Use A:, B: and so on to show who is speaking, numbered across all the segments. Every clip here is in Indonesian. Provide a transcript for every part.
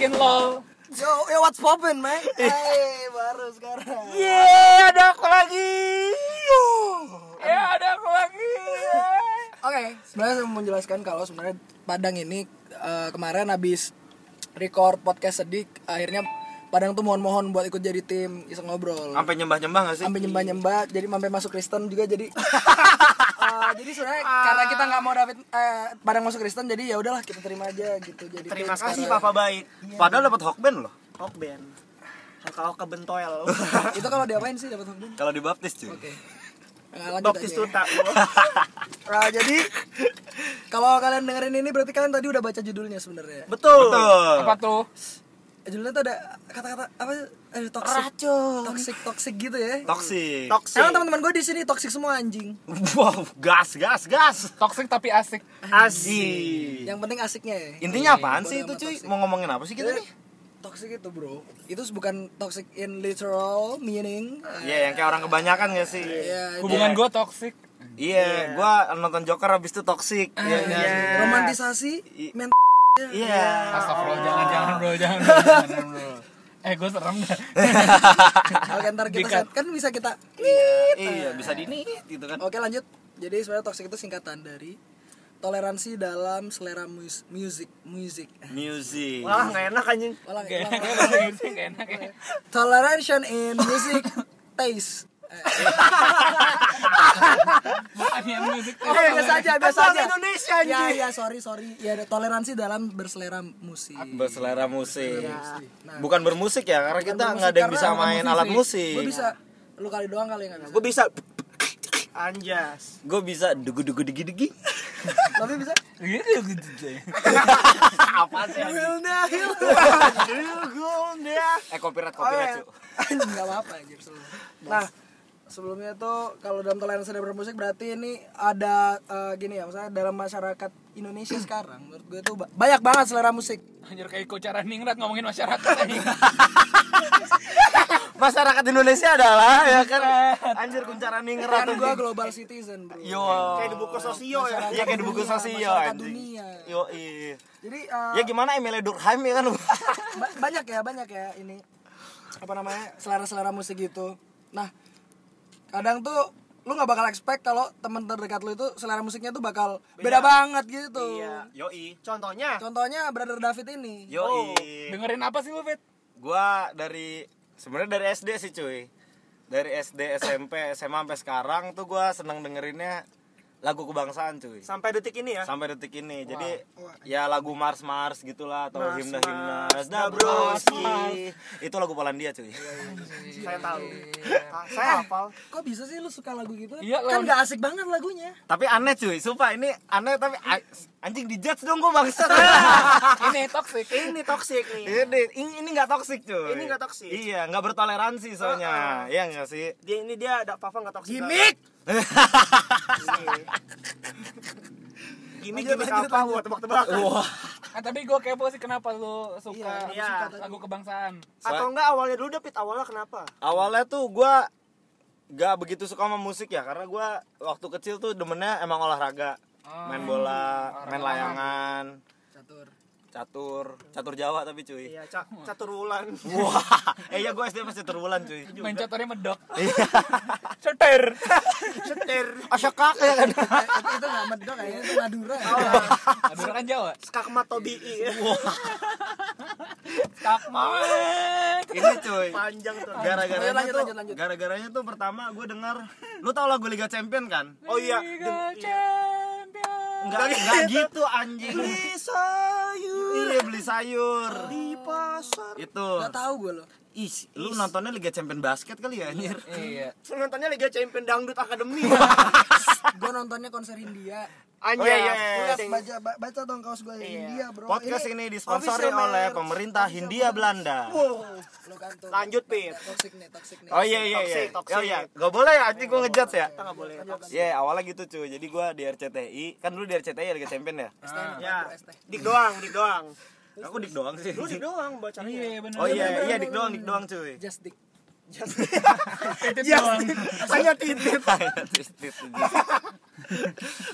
A: Yo, yo what's poppin, man? Hey, Eh, baru sekarang.
B: Yeay, ada aku lagi. Ya, ada aku lagi.
A: Oke, sebenarnya saya mau menjelaskan kalau sebenarnya Padang ini eh, kemarin habis record podcast sedih, akhirnya Padang tuh mohon-mohon buat ikut jadi tim iseng ngobrol.
B: Sampai nyembah-nyembah gak sih?
A: Sampai nyembah-nyembah, jadi sampai masuk Kristen juga jadi. Eh, jadi sebenarnya karena kita nggak mau David eh, Padang masuk Kristen, jadi ya udahlah kita terima aja gitu. Jadi
C: Terima
A: tim
C: kasih
A: sekarang.
C: Papa baik.
B: Padahal dapat hokben loh.
C: Rock band. Kalau kebentoel.
A: Itu kalau diapain sih dapat hukum?
B: Kalau dibaptis cuy.
A: Oke. Nah, lanjut
C: Baptis
A: aja.
C: tuta.
A: Nah, jadi kalau kalian dengerin ini berarti kalian tadi udah baca judulnya sebenarnya.
C: Betul.
B: Betul.
D: Apa tuh?
A: Judulnya tuh ada kata-kata apa? Eh, toxic. Toxic toxic gitu ya.
B: Toxic.
C: Toxic.
A: Sekarang teman-teman gue di sini toxic semua anjing.
B: Wow, gas gas gas.
D: Toxic tapi asik.
C: Asik.
A: Yang penting asiknya ya.
B: Intinya apaan
A: Bodo
B: sih itu
A: amat
B: cuy?
A: toxic. Iya.
B: Mau ngomongin apa sih kita
A: Jadi,
B: nih?
A: toxic itu, Bro. Itu bukan toxic in literal meaning.
B: Iya, yang kayak orang kebanyakan gak sih?
A: Ya,
D: Hubungan gue toxic.
B: Iya, gua nonton Joker abis itu toxic. Iya, kan?
A: ya, romantisasi
B: I-
A: men
B: Iya.
C: Oh.
D: Astagfirullah, jangan jangan bro, jangan bro, jangan bro. Eh, gue serem dah.
A: Oke, ntar kita
D: Dikat.
A: set, kan bisa kita
B: Iya, bisa di nih gitu kan.
A: Oke lanjut. Jadi sebenarnya toxic itu singkatan dari toleransi dalam selera mus music music.
B: Music.
C: Wah, nggak enak anjing.
A: Ulang,
D: Gak
A: ulang,
D: enak ya,
A: ulang.
D: bahasa Inggrisnya gak enak ya.
A: Toleration in music taste.
D: Bukan yang music.
C: Eh,
A: Oh, biasa aja, biasa aja.
C: Indonesia
A: Ya, ya, sorry, sorry. Ya, ada toleransi dalam berselera musik.
B: Berselera musik.
A: Nah,
B: Bukan bermusik ya, karena kita
A: bermusik,
B: nggak ada yang
A: karena
B: bisa
A: bukan
B: main
A: musik.
B: alat
A: gue
B: musik.
A: bisa lu kali doang kali ya, nggak bisa.
C: Gue bisa. Anjas.
B: Gue bisa dugu dugu digi digi.
A: Tapi bisa.
D: Gitu, gitu, gitu.
B: Apa sih?
A: Wilna Hill.
C: ya.
B: Eh copyright copyright cu.
A: Enggak apa-apa anjir sebelum. Nah, sebelumnya tuh kalau dalam toleransi dalam bermusik berarti ini ada eh, gini ya, misalnya dalam masyarakat Indonesia sekarang menurut gue tuh ba- banyak banget selera musik.
D: Anjir kayak Iko cara ningrat ngomongin masyarakat anjing.
B: Masyarakat Indonesia adalah ya kan. Anjir kuncara ningrat.
A: Kan gue global citizen, Bro.
B: Yo.
C: Kayak di buku sosio ya.
B: Iya kayak di buku
A: Masyarakat
B: sosio anjing.
A: dunia.
B: Yo iya.
A: Jadi eh,
B: Ya gimana Emilia Durkheim ya kan.
A: ba- banyak ya, banyak ya ini apa namanya? selera-selera musik gitu. Nah, kadang tuh lu nggak bakal expect kalau teman terdekat lu itu selera musiknya tuh bakal beda, banget gitu.
C: Iya.
B: Yo i.
C: Contohnya.
A: Contohnya Brother David ini.
B: Yo
C: Iya.
B: iya. i.
D: Dengerin apa sih lu, Fit?
B: Gua dari sebenarnya dari SD sih cuy. Dari SD, SMP, SMA sampai sekarang tuh gua seneng dengerinnya lagu kebangsaan cuy.
C: Sampai detik ini ya.
B: sampai detik ini jadi ya lagu Mars Mars gitulah atau himne himne Dabrowski itu lagu Polandia cuy
C: Saya tahu. Ah, Saya hafal.
A: Kok bisa sih lu suka lagu gitu?
D: Iya,
A: kan
D: lawan-
A: gak asik banget lagunya.
B: tapi aneh cuy sumpah ini aneh tapi a- anjing dijudge dong gue bangsa
C: Iya.
D: Ini toxic.
C: Eh, Ini toxic nih.
B: ini ini ini nggak toksik cuy
C: Ini nggak toxic. Uh-uh.
B: iya nggak bertoleransi soalnya iya nggak sih
C: Dia ini dia ada Papa nggak toxic. Gimik gimik apa? Buat tebak-tebak.
B: wah
D: Ah, tapi gue kepo sih kenapa lu suka
C: Iya, iya.
D: lagu kebangsaan.
C: Atau enggak awalnya dulu David awalnya kenapa?
B: awalnya tuh gua nggak begitu suka sama musik ya karena gua waktu kecil tuh demennya emang olahraga main bola main layangan
A: Catur.
B: catur catur Jawa tapi cuy
C: Iya, ca- catur wulan.
B: Wah, eh ya gue SD masih terbulan cuy.
D: Main caturnya medok.
C: Iya.
B: Ceter.
C: Ceter.
B: Asya kak ya kan.
A: Eh, itu gak medok kayaknya itu Madura. ya.
D: Madura kan Jawa.
C: Skakmat Tobii.
D: Takmat.
B: Ini cuy.
C: Panjang tuh.
B: Gara-garanya
A: Lanjut, lanjut,
B: tuh,
A: lanjut, lanjut.
B: gara-garanya tuh pertama gue dengar, lu tau lagu Liga Champion kan?
C: Oh iya. Oh,
D: Liga Champion.
B: Enggak, enggak gitu anjing. Beli sayur. Iya beli sayur.
C: Di pasar.
B: Itu.
A: Gak tau gue loh.
B: Is, lu nontonnya Liga Champion basket kali ya anjir.
D: Iya.
C: Nontonnya Liga Champion Dangdut Academy.
A: Gue nontonnya konser India.
B: Oh,
C: Anjay. ya.
B: iya, iya.
A: Lu
C: Ting.
A: baca ba- baca dong kaos gue India bro.
B: Podcast ini disponsori
A: official,
B: oleh
A: Mer.
B: pemerintah Hindia Belanda.
C: Wow.
A: Lu kan tuh.
C: Lanjut, Pin.
A: Toxic nih, toxic nih.
B: Oh iya iya iya.
C: Toxic, toxic.
B: Oh iya, enggak boleh ya anjing gue ngejudge ya.
C: Kita nggak boleh.
B: Ya awalnya gitu cuy, jadi gua di RCTI, kan dulu di RCTI ya Liga Champion ya?
C: Ya. Dik doang, dik doang.
B: Aku dik doang sih
C: Lu dik doang bacanya.
D: Iya, benar.
B: Oh iya, iya dik doang, dik doang cuy
A: Just dick.
D: Titip doang.
B: Hanya titip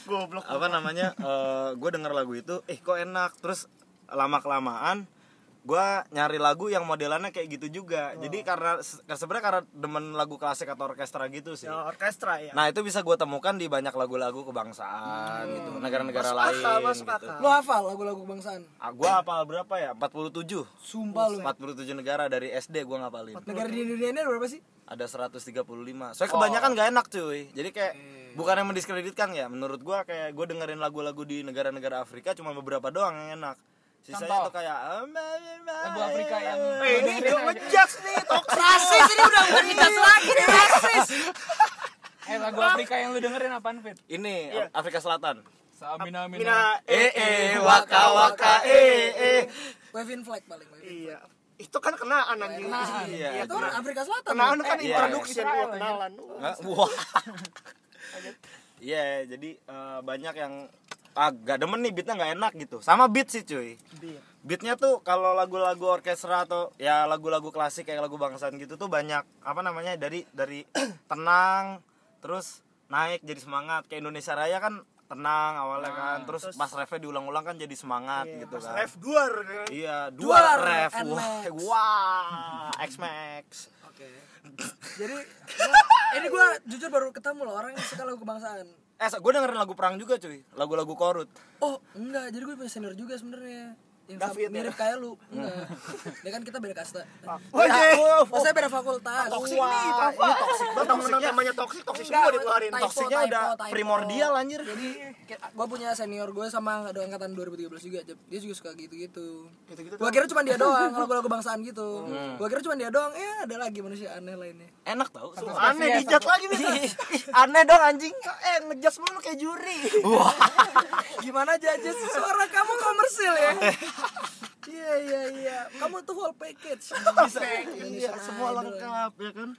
B: Goblok Apa namanya, eh, gua denger lagu itu, eh kok enak Terus lama-kelamaan gua nyari lagu yang modelannya kayak gitu juga jadi karena se- sebenarnya karena demen lagu klasik atau orkestra gitu sih
C: Ya, orkestra ya.
B: nah itu bisa gua temukan di banyak lagu-lagu kebangsaan gitu negara-negara
C: Masuk
B: lain
C: akal, masuk
B: gitu
C: akal.
A: Lu hafal lagu-lagu kebangsaan?
B: ah, gua hafal berapa ya 47
A: Sumpah lu.
B: 47 negara dari SD gua ngapalin
A: Negara di dunia ini ada berapa sih?
B: ada 135 soalnya kebanyakan gak enak cuy jadi kayak bukan yang mendiskreditkan ya menurut gua kayak gua dengerin lagu-lagu di negara-negara Afrika cuma beberapa doang yang enak sisanya
D: Contoh.
B: tuh kayak "Oh,
D: Lagu Afrika yang
C: Eh, ini juga ngejudge nih, toksik.
A: Rasis ini udah bukan dicas lagi nih rasis.
D: eh lagu Afrika yang lu dengerin apaan Fit?
B: ini Afrika Selatan
D: Samina mina.
C: Mina, eh,
B: eh waka waka eh eh
A: Waving flag paling. waving.
C: iya. Itu kan kenaan anjing.
B: iya
A: Itu orang Eh, Afrika Selatan.
C: Kenaan
A: Bang.
C: kan
B: Iya.
C: introduction
D: Israel,
C: gua
D: ya.
C: kenalan.
B: Nggak, wah iya jadi eh, banyak yang ah, gak demen nih beatnya nggak enak gitu sama beat sih cuy beatnya tuh kalau lagu-lagu orkestra atau ya lagu-lagu klasik kayak lagu bangsaan gitu tuh banyak apa namanya dari dari tenang terus naik jadi semangat kayak Indonesia Raya kan tenang awalnya kan terus, pas refnya diulang-ulang kan jadi semangat gitu kan
C: Ref duar. kan.
B: iya dua,
A: Dua
B: ref
A: ref,
B: wah
A: NMAX.
B: wah X Max
A: Oke. Jadi gua- ini gua jujur baru ketemu loh orang yang suka lagu kebangsaan.
B: eh gue dengerin lagu perang juga cuy lagu-lagu korut
A: Oh, enggak. Jadi gue punya senior juga sebenarnya. Yang sama-
C: David, ya?
A: mirip kayak lu. Enggak. ya kan kita beda kasta.
C: Wajah.
A: Maksudnya beda fakultas.
C: Toksik iya. nih, Papa. Ini toksik banget. Temen-temen namanya toksik, toksik semua dikeluarin.
A: Typo,
B: Toksiknya
A: typo,
B: udah
A: typo.
B: primordial, anjir.
A: Jadi gue punya senior gue sama ada angkatan 2013 juga dia juga suka gitu-gitu.
C: Gitu-gitu
A: Gue kira cuma dia doang lagu-lagu bangsaan gitu. Gue kira cuma dia doang. Ya ada lagi manusia aneh lainnya.
B: enak tau sumpah.
C: Aneh dijat lagi nih.
B: Iya. aneh dong anjing eh ngejudge mulu kayak juri
A: Gimana judge suara kamu komersil ya? Iya iya iya. Kamu tuh whole package. Bisa.
B: iya semua lengkap ya kan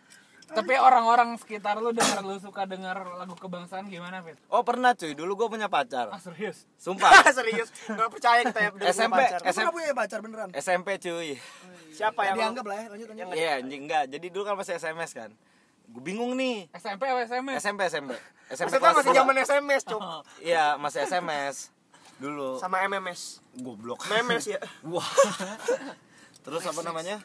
D: Tapi orang-orang sekitar lu denger lu suka denger lagu kebangsaan gimana Fit?
B: oh pernah cuy dulu gue punya
D: Ah
B: pacar
D: serius?
B: sumpah
C: Serius, gak percaya kita ya. dengan
B: SMP
C: pacar.
A: Lu pernah
B: SMP
A: punya pacar beneran?
B: SMP cuy
C: Siapa yang
A: Dianggap lah ya lanjut lanjut.
B: Eh, iya anjing enggak jadi dulu kan masih SMS kan gue bingung nih
D: SMP apa SMS?
B: SMP SMP SMP
C: Maksudnya
B: kelas
C: masih
B: dua.
C: zaman SMS, Cuk.
B: iya masih SMS dulu
C: Sama MMS.
B: goblok
C: Memes ya.
B: Wah. terus apa namanya?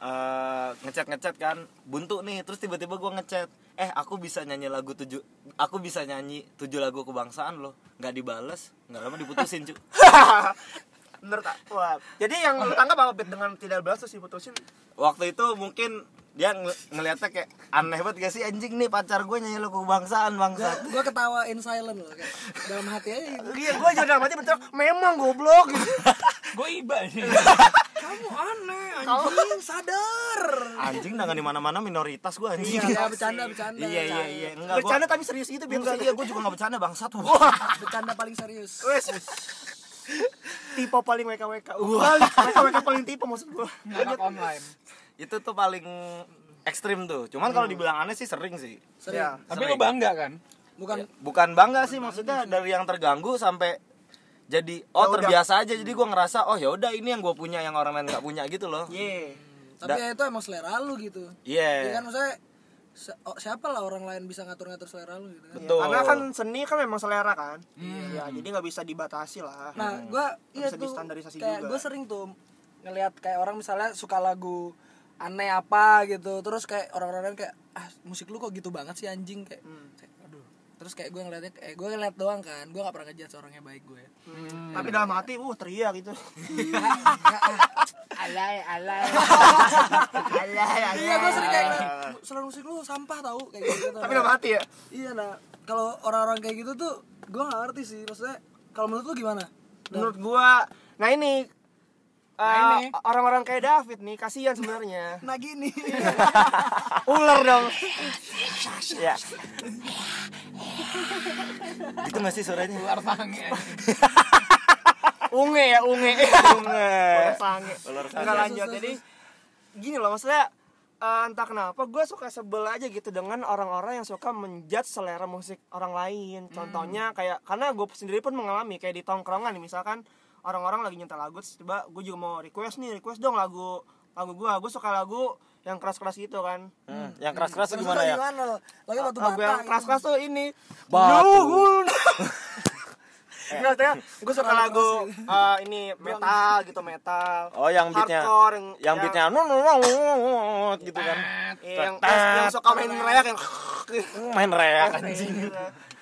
B: Eh ngechat ngechat kan buntu nih terus tiba-tiba gua ngechat eh aku bisa nyanyi lagu tujuh aku bisa nyanyi tujuh lagu kebangsaan loh nggak dibales nggak lama diputusin cu
C: Bener tak? Wah. Jadi yang lu tangkap apa Pit? dengan tidak balas terus diputusin?
B: waktu itu mungkin dia ng- ngeliatnya kayak aneh banget gak sih anjing nih pacar gue nyanyi lagu kebangsaan bangsa
A: Gue ketawa in silent loh kayak dalam hati aja gitu.
C: Iya, gue aja dalam hati betul. Memang goblok gitu.
D: Gue iba nih.
A: Kamu aneh anjing sadar.
B: anjing dengan di mana mana minoritas gue anjing
A: Iya bercanda bercanda.
B: iya iya iya enggak gua-
C: Bercanda tapi serius gitu, Pit.
B: enggak iya gue juga nggak bercanda bangsat wah
A: Bercanda paling serius.
C: Wes. Tipe paling WKWK. Balik, WKWK paling tipe maksud gua.
D: Anak online.
B: itu tuh paling ekstrim tuh cuman kalau dibilang aneh sih sering sih
A: Serius.
C: Ya.
D: Tapi lu bangga kan?
B: Iya,
A: Bukan
B: bukan bangga sih maksudnya dari yang terganggu sampai jadi oh
C: udah.
B: terbiasa aja jadi gua ngerasa oh ya udah ini yang gue punya yang orang lain nggak punya gitu loh iya
C: Ye.
A: tapi ya itu emang selera lu gitu. Iya kan maksudnya se- oh, siapa lah orang lain bisa ngatur-ngatur selera lu gitu kan.
B: betul
C: Karena kan seni kan memang selera kan. Iya, jadi nggak bisa dibatasi lah.
A: Nah, gua iya
C: bisa
A: tuh.
C: distandarisasi
A: kayak
C: juga.
A: gua sering tuh ngelihat kayak orang misalnya suka lagu aneh apa gitu. Terus kayak orang-orang lain kayak ah musik lu kok gitu banget sih anjing kayak. kayak, aduh. Terus kayak gue ngeliatnya, eh gue ngeliat doang kan, gue gak pernah ngejat seorangnya baik ya. gue
C: Tapi dalam hati, uh teriak gitu.
D: Alay, alay.
C: Nah,
A: Iya gue sering kayak, selera musik lu sampah tau kayak gitu
C: Tapi dalam hati ya.
A: Iya nah, kalau orang-orang kayak gitu tuh gue gak ngerti sih, maksudnya kalau menurut lu gimana?
C: Menurut gua, nah ini
D: Nah,
C: eh,
D: ini.
C: orang-orang kayak David nih kasihan sebenarnya.
A: Nah gini
C: Ular dong.
B: ya gitu nggak sih suaranya
D: Luar sange.
C: Unge ya, unge. Ular
B: Bunga.
C: sange.
B: Ular sange.
C: Nggak lanjut. Jadi gini loh maksudnya eh, entah kenapa gue suka sebel aja gitu dengan orang-orang yang suka menjudge selera musik orang lain contohnya kayak karena gue sendiri pun mengalami kayak di tongkrongan nih, misalkan orang-orang lagi nyetel lagu terus tiba gue juga mau request nih request dong lagu lagu gue gue suka lagu yang keras-keras gitu kan
B: Hmm, yang keras keras
A: Maksud
B: gimana
A: lu
B: ya
A: Gimana lo? Lagi batu
C: lagu
A: bata
C: yang
A: gitu.
C: keras-keras tuh ini
B: Batu.
C: Duhun. Enggak, maksudnya gue suka lagu eh, ini metal gitu metal.
B: Oh yang beatnya
C: Hardcore,
B: yang,
C: yang-
B: beatnya nung, nung, nung, nung, gitu kan.
C: iya, Yang eh, yang suka main raya yang
B: Hmm, Main reak anjing.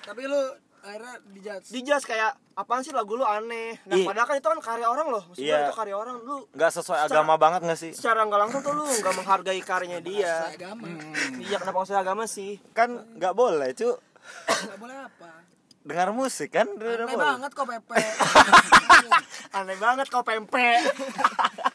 A: Tapi lu akhirnya dijudge.
C: di jazz kayak apaan sih lagu lu aneh. Nah,
B: Iya.
C: padahal kan itu kan karya orang loh. Maksudnya
B: Iya.
C: itu karya orang lu
B: Enggak sesuai agama banget gak sih?
C: secara nggak langsung tuh lu nggak menghargai karyanya dia.
A: agama.
C: Iya kenapa usah agama sih?
B: Kan nggak boleh, cu.
A: Enggak boleh apa.
B: Dengar musik kan? Dengar
A: Aneh
B: boleh.
A: banget kok Pepe.
C: Aneh banget kau pempek.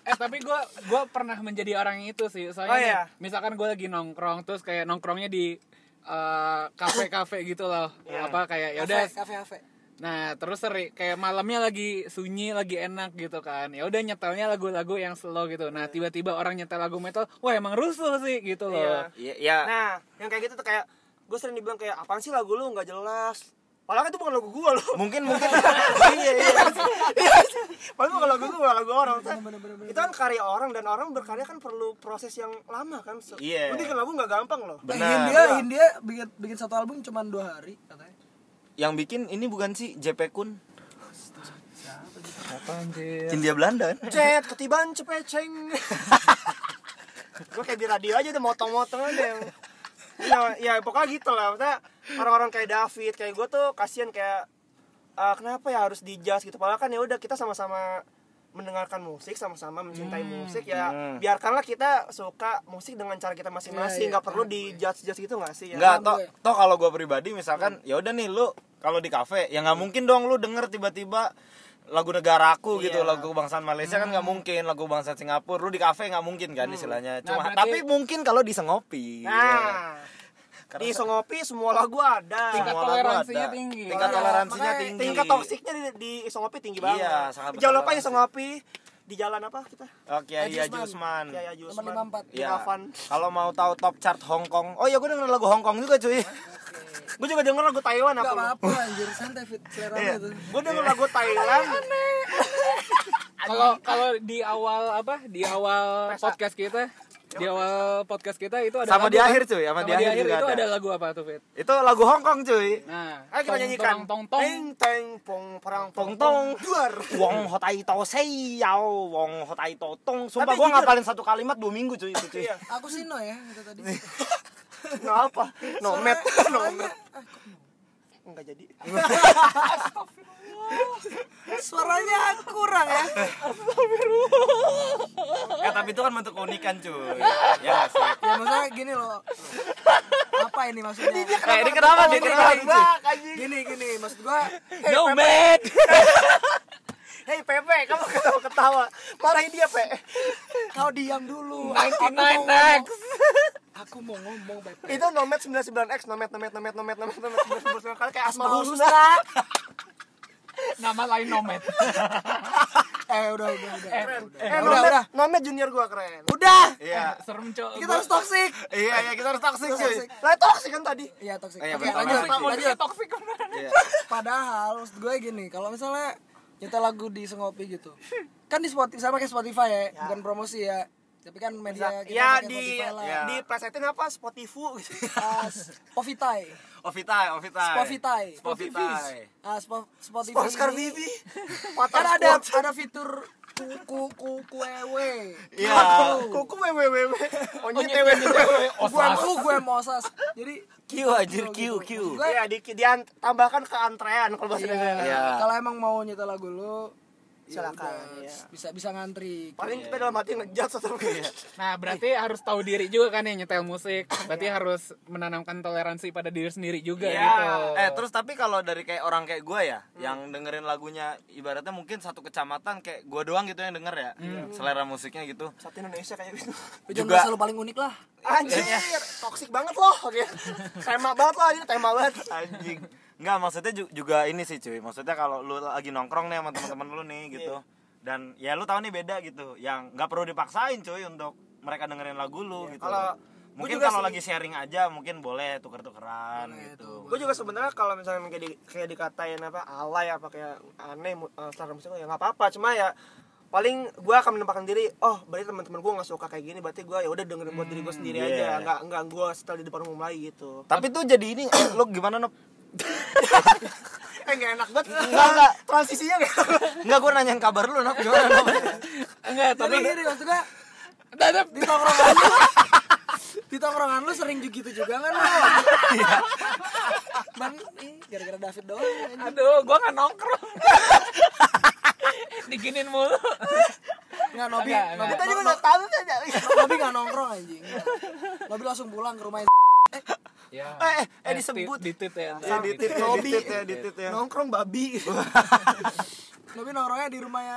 D: eh tapi gue gua pernah menjadi orang itu sih soalnya
C: Oh, iya.
D: nih, misalkan gue lagi nongkrong terus kayak nongkrongnya di eh, kafe-kafe gitu loh apa kayak ya udah
A: Kafe, kafe, kafe.
D: nah terus seri kayak malamnya lagi sunyi lagi enak gitu kan ya udah nyetelnya lagu-lagu yang slow gitu nah tiba-tiba orang nyetel lagu metal wah emang rusuh sih gitu loh
C: Iya.
B: Iya, ya.
C: Nah, yang kayak gitu tuh kayak gue sering dibilang kayak apaan sih lagu lu nggak jelas. Padahal kan itu bukan lagu gue loh.
B: Mungkin mungkin
C: iya iya. Iya. Padahal bukan lagu gue, bukan lagu orang. Itu kan karya orang dan orang berkarya kan perlu proses yang lama kan. Se-
B: Iya.
C: Lu bikin lagu nggak gampang loh.
A: Eh,
B: Benar.
A: Hindia, Hindia bikin, bikin satu album cuma dua hari katanya.
B: yang bikin ini bukan sih JP Kun,
D: apa anjir
B: India Belanda kan?
C: Cet, ketiban cepeceng. gue kayak di radio aja udah motong-motong aja yang ya, ya pokoknya gitu lah maksudnya orang-orang kayak David kayak gue tuh kasihan kayak ah, kenapa ya harus dijas gitu padahal kan ya udah kita sama-sama mendengarkan musik sama-sama mencintai musik ya
B: Hmm.
C: biarkanlah kita suka musik dengan cara kita
A: Iya,
C: masing-masing
A: iya,
C: nggak perlu dijudge judge gitu nggak sih ya
B: Enggak,
A: Paham
B: toh
A: gue.
B: toh kalau gua pribadi misalkan ya udah nih lu kalau di kafe ya nggak mungkin dong lu denger tiba-tiba lagu negaraku gitu,
C: Iya.
B: lagu kebangsaan Malaysia kan nggak mungkin, lagu kebangsaan Singapura lu di kafe nggak mungkin kan istilahnya.
D: Nah,
B: Cuma
D: berarti-
B: tapi mungkin kalau di Sengopi.
C: nah
B: Karena
C: di Songopi semua lagu ada
B: ya. Semua
D: Tingkat
B: lagu
D: toleransinya
B: ada.
D: tinggi.
B: Tingkat toleransinya
A: Makanya
B: tinggi.
C: tingkat toksiknya di, di Songopi tinggi
B: Iya,
C: banget
B: sangat
C: jangan lupa
B: bertoleransi.
C: ya Songopi di jalan apa kita
B: Oke, iya
A: Jusman.
B: Jusman.
C: Kiai Haji
A: Nomor
C: Usman.
A: 54.
C: Di Kavan.
B: Iya. Kalau mau tahu top chart Hong Kong. Oh iya gua denger lagu Hong Kong juga cuy.
C: Gue juga denger lagu Taiwan apa
A: Enggak
C: lu?
A: apa-apa anjir, santai fit selera lu itu.
C: Gue denger lagu Thailand.
D: kalau kalau di awal apa di awal podcast kita di awal podcast kita itu ada
B: Sama di
D: lagu kan?
B: akhir, cuy. Sama di akhir juga
D: itu
B: ada.
D: ada lagu apa tuh Fit
B: Itu lagu Hong Kong cuy.
D: nah
C: Ayo kita
D: tong,
C: nyanyikan.
D: tong tong tong
C: Teng teng pong perang
B: Tong
C: pong tong.
B: tong duar. Wong hotai to sei yao, wong hotai to tong. Sumpah
C: Tapi
B: gua
C: jujur-
B: ngapalin satu kalimat dua minggu cuy itu cuy.
C: Iya.
A: Aku sih no ya itu tadi.
C: Nah apa? Nomet. Nomet. Enggak jadi.
A: Suaranya kurang ya.
B: Eh tapi itu kan bentuk keunikan cuy. Ya nggak sih.
A: Ya maksudnya gini loh. Apa ini maksudnya?
B: Eh ini kenapa dia kenapa
C: Keren banget, anjing.
A: Gini gini maksud gua
D: no man
C: Hei Pepe, kamu ketawa-ketawa. Marahin dia, Pe.
A: kau diam dulu. Aku mau
D: 99
A: ngomong.
D: next
A: Aku mau ngomong Pepe.
C: Itu nomet 99X, nomet nomet nomet nomet nomet nomet 99 kali kayak Asma
A: Asmaul
C: Husna.
D: nama lain no man
A: Eh udah udah udah.
C: Eh,
A: Udah,
C: nomet,
A: udah.
C: nomet junior gua keren.
A: Udah.
B: Iya.
D: Nah, serem cok
A: Kita harus toksik.
B: Iya iya kita harus toksik cuy.
A: Toxic.
C: Lah toksik kan tadi.
A: Iya toksik.
B: Iya,
A: Oke
B: betul.
A: lanjut
B: Toxic,
A: lanjut.
D: toksik kemana
B: Iya.
A: Padahal maksud gue gini, kalau misalnya nyetel lagu di Sengopi gitu. Kan di Spotify sama kayak Spotify ya, bukan promosi ya. Tapi kan media kita
C: Ya
A: pakai
C: di
A: Spotify lah.
B: ya.
C: di presetin apa? Spotify gitu.
A: Ah, Spotify.
B: Ovitai, Ovitai.
A: Spotify.
B: Spotify.
A: Ah, Spo- Spotify.
C: Oscar
A: ini-
C: Vivi.
A: Kan
C: Patah
A: ada ada fitur ku ku ku e, kuewe.
B: Iya.
C: Kuku wewe wewe. Onye tewe
A: Gue mau gue mosas. Jadi gitu.
B: Q anjir Q Q.
A: gue
D: Iya,
C: Ya di, dian- tambahkan ke antrean kalau bahasa Indonesia.
B: Iya.
A: kalau emang mau nyetel lagu lu
C: Silakan.
A: ya
C: Iya.
A: udah, bisa bisa ngantri.
C: Paling kita dalam hati ngejat satu
A: Iya.
D: nah berarti harus tahu diri juga kan ya nyetel musik berarti harus menanamkan toleransi pada diri sendiri juga
C: Iya.
D: gitu
B: Eh terus tapi kalau dari kayak orang kayak gue ya, yang dengerin lagunya ibaratnya mungkin satu kecamatan kayak gue doang gitu yang denger ya, selera musiknya gitu.
C: Satu Indonesia kayak gitu.
A: Jangan
B: juga-
A: juga selalu paling unik lah.
C: Anjir, toksik banget loh. Oke. Tema banget loh, ini tema banget.
B: anjing nggak maksudnya ju- juga ini sih cuy maksudnya kalau lu lagi nongkrong nih sama teman-teman lu nih gitu dan ya lu tahu nih beda gitu yang nggak perlu dipaksain cuy untuk mereka dengerin lagu lu gitu
C: kalau-
B: mungkin
C: gua juga
B: kalau
C: sih-
B: lagi sharing aja mungkin boleh tuker-tukeran gitu
C: Gue juga sebenarnya kalau misalnya kayak, di- kayak dikatain apa alay apa kayak aneh mu- eh, selera musik gua, ya nggak apa-apa cuma ya paling gue akan menempatkan diri oh berarti teman-teman gue nggak suka kayak gini berarti gue ya udah dengerin buat diri gue sendiri
B: iya.
C: aja nggak nggak gue setel di depan umum lagi gitu
B: tapi tuh jadi ini lu gimana Nop?
C: eh nggak enak banget
B: Enggak, enggak.
C: transisinya nggak
B: Enggak gue nanyain kabar lu Naf gimana Naf?
D: Enggak, tapi
A: tapi gini maksudnya
D: tetap
A: di tongkrongan lu di tongkrongan lu sering juga gitu juga kan lu
B: Iya.
A: man ih, gara-gara David doang anjing.
D: aduh, gua nggak nongkrong. Diginin mulu.
A: nggak Nobi
D: Enggak,
A: Nobi tadi
D: enggak.
C: tadi
A: gua
C: gue
A: nggak
C: nggak tahu saja
A: Nobi nggak nongkrong anjing Nggak. Nobi langsung pulang ke rumah
D: Ya.
B: Eh, eh, eh, disebut.
D: Ditit ya.
B: Eh, ditit ya,
C: Nobi.
B: ditit ya, ditit ya.
C: nongkrong babi
A: Nobi nongkrongnya di ya. rumahnya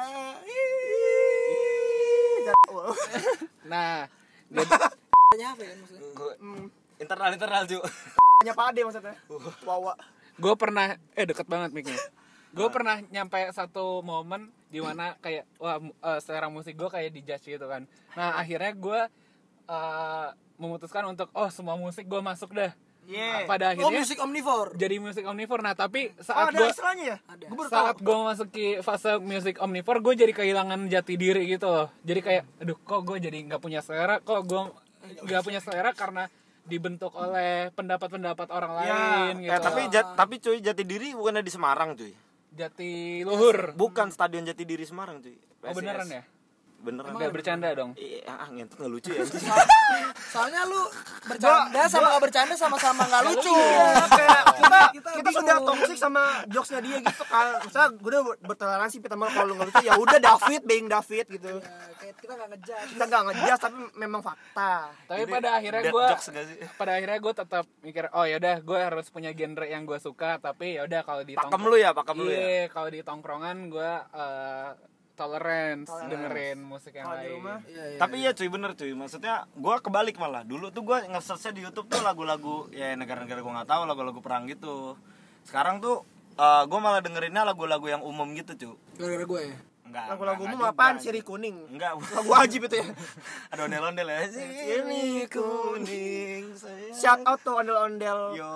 D: Nah, jadi
A: nya apa ya maksudnya
B: Gua- internal internal Ju.
C: hanya pade maksudnya wawa
D: gue pernah eh deket banget miknya gue pernah nyampe satu momen di mana kayak wah mu- eh, selera musik gue kayak dijudge gitu kan nah akhirnya gue eh, memutuskan untuk oh semua musik gue masuk dah
C: Iya.
D: Nah, pada
A: oh
D: akhirnya
A: musik omnivore
D: jadi musik omnivore nah tapi
C: Oh,
D: saat
C: ada
D: gue
C: istilahnya ya?
A: Ada.
C: Gue baru
D: saat
C: tahu.
D: gue memasuki fase musik omnivore gue jadi kehilangan jati diri gitu loh jadi kayak aduh kok gue jadi nggak punya selera kok gue nggak punya selera karena dibentuk oleh pendapat-pendapat orang lain gitu
B: Eh, tapi jat- tapi cuy jati diri bukannya di Semarang cuy.
D: jati luhur
B: Bukan stadion jati diri Semarang cuy.
D: Oh
B: PSIS.
D: beneran ya?
B: Beneran.
D: Udah bercanda dong.
B: Iya, ah ngentut nggak lucu ya.
A: soalnya lu bercanda sama nggak bercanda sama-sama nggak lucu
C: Iya, kayak
A: Kita
C: kita kita,
A: bingung.
C: sudah toxic sama jokesnya dia gitu kan. Misalnya gue udah bertoleransi kita malah kalau lu nggak lucu ya udah David being David gitu.
A: Nah, kayak kita nggak ngejar
C: Kita nggak ngejas tapi memang fakta.
D: Tapi
B: Jadi,
D: pada akhirnya
B: bad
D: gue
B: jokes nggak sih?
D: pada akhirnya gue tetap mikir oh yaudah gue harus punya genre yang gue suka tapi yaudah kalau di
B: Pakem
D: tongkrong-
B: lu ya, pakem lu ya.
D: Iya, kalau di tongkrongan gue eh tolerance, dengerin musik yang
C: Kalau di
D: lain.
C: rumah
A: Iya,
B: Tapi ya
C: iya.
B: cuy bener cuy, maksudnya gua kebalik malah. Dulu tuh gua nge-searchnya di YouTube tuh lagu-lagu ya negara-negara gua nggak tahu lagu-lagu perang gitu. Sekarang tuh eh, gua malah dengerinnya lagu-lagu yang umum gitu cuy.
A: gara-gara gue ya
B: Enggak.
C: Lagu-lagu
B: enggak-
C: umum
B: enggak
C: apaan?
B: juga.
C: Siri kuning.
B: Enggak.
C: Lagu wajib itu ya.
B: Ada ondel-ondel
C: Iya,
B: ya. Siri kuning. saya-
C: Shout out to ondel-ondel
B: Yo.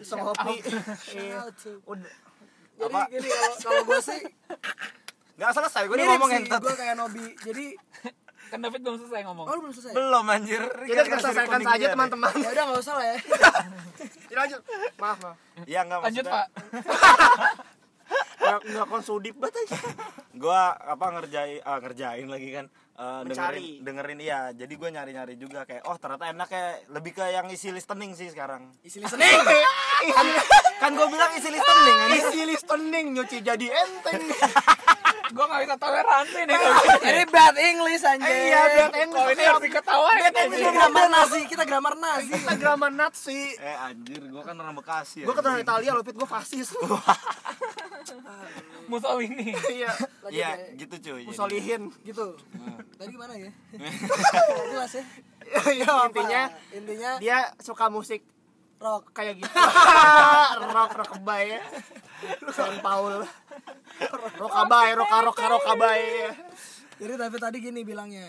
C: Song Hopi. Iya.
A: Shout out to-
C: Udah.
A: jadi
B: Apa?
A: gini kalau kalau gue sih
B: Enggak selesai gua udah
A: mirip
B: ngomong
A: sih,
B: entot.
A: gue kayak Nobi jadi
D: Kan David belum selesai ngomong.
A: oh lu belum selesai
B: Belum anjir.
C: Kita
B: Gara-gara
C: kita
B: kan siri
C: selesaikan
B: kuning
C: saja
B: dia,
C: teman-teman.
A: ya udah nggak usah lah ya
C: Ya, Lanjut. Maaf, maaf.
B: Nek. Ya enggak
D: Lanjut
B: maksudnya-
D: Pak.
C: Nggak- Nggak konsudip banget aja.
B: gua apa ngerjain ah, ngerjain lagi kan Eh,
C: Mencari.
B: dengerin dengerin iya jadi gua nyari nyari juga kayak oh ternyata enak kayak lebih ke yang isi listening sih sekarang
A: isi listening
B: kan gua bilang isi listening anjing.
C: Isi listening nyuci jadi enteng.
D: gue gak Ah, bisa toleransi
A: Nah.
D: nih.
A: ini bad English anjir
C: Iya,
A: Eh,
C: biar
D: Kalau ini harus
C: enteng.
D: diketawain. anjing.
A: kita grammar nazi kita grammar nazi
C: Instagraman Nazi.
B: eh anjir gua kan orang bekasi
C: Gue keturunan Italia loh, Fit. Gue fasis.
D: Mussolini.
C: Iya.
A: Lanjut
B: ya
A: ya.
B: gitu cuy jadi.
C: Musolihin.
A: gitu tadi gimana ya Nggak jelas ya
C: Iya, intinya
A: Apa? intinya
C: dia suka musik
A: rock
C: kayak gitu. rock rock kebay ya. San Paul. Rock abay, rock rock rock abay.
A: jadi David tadi gini bilangnya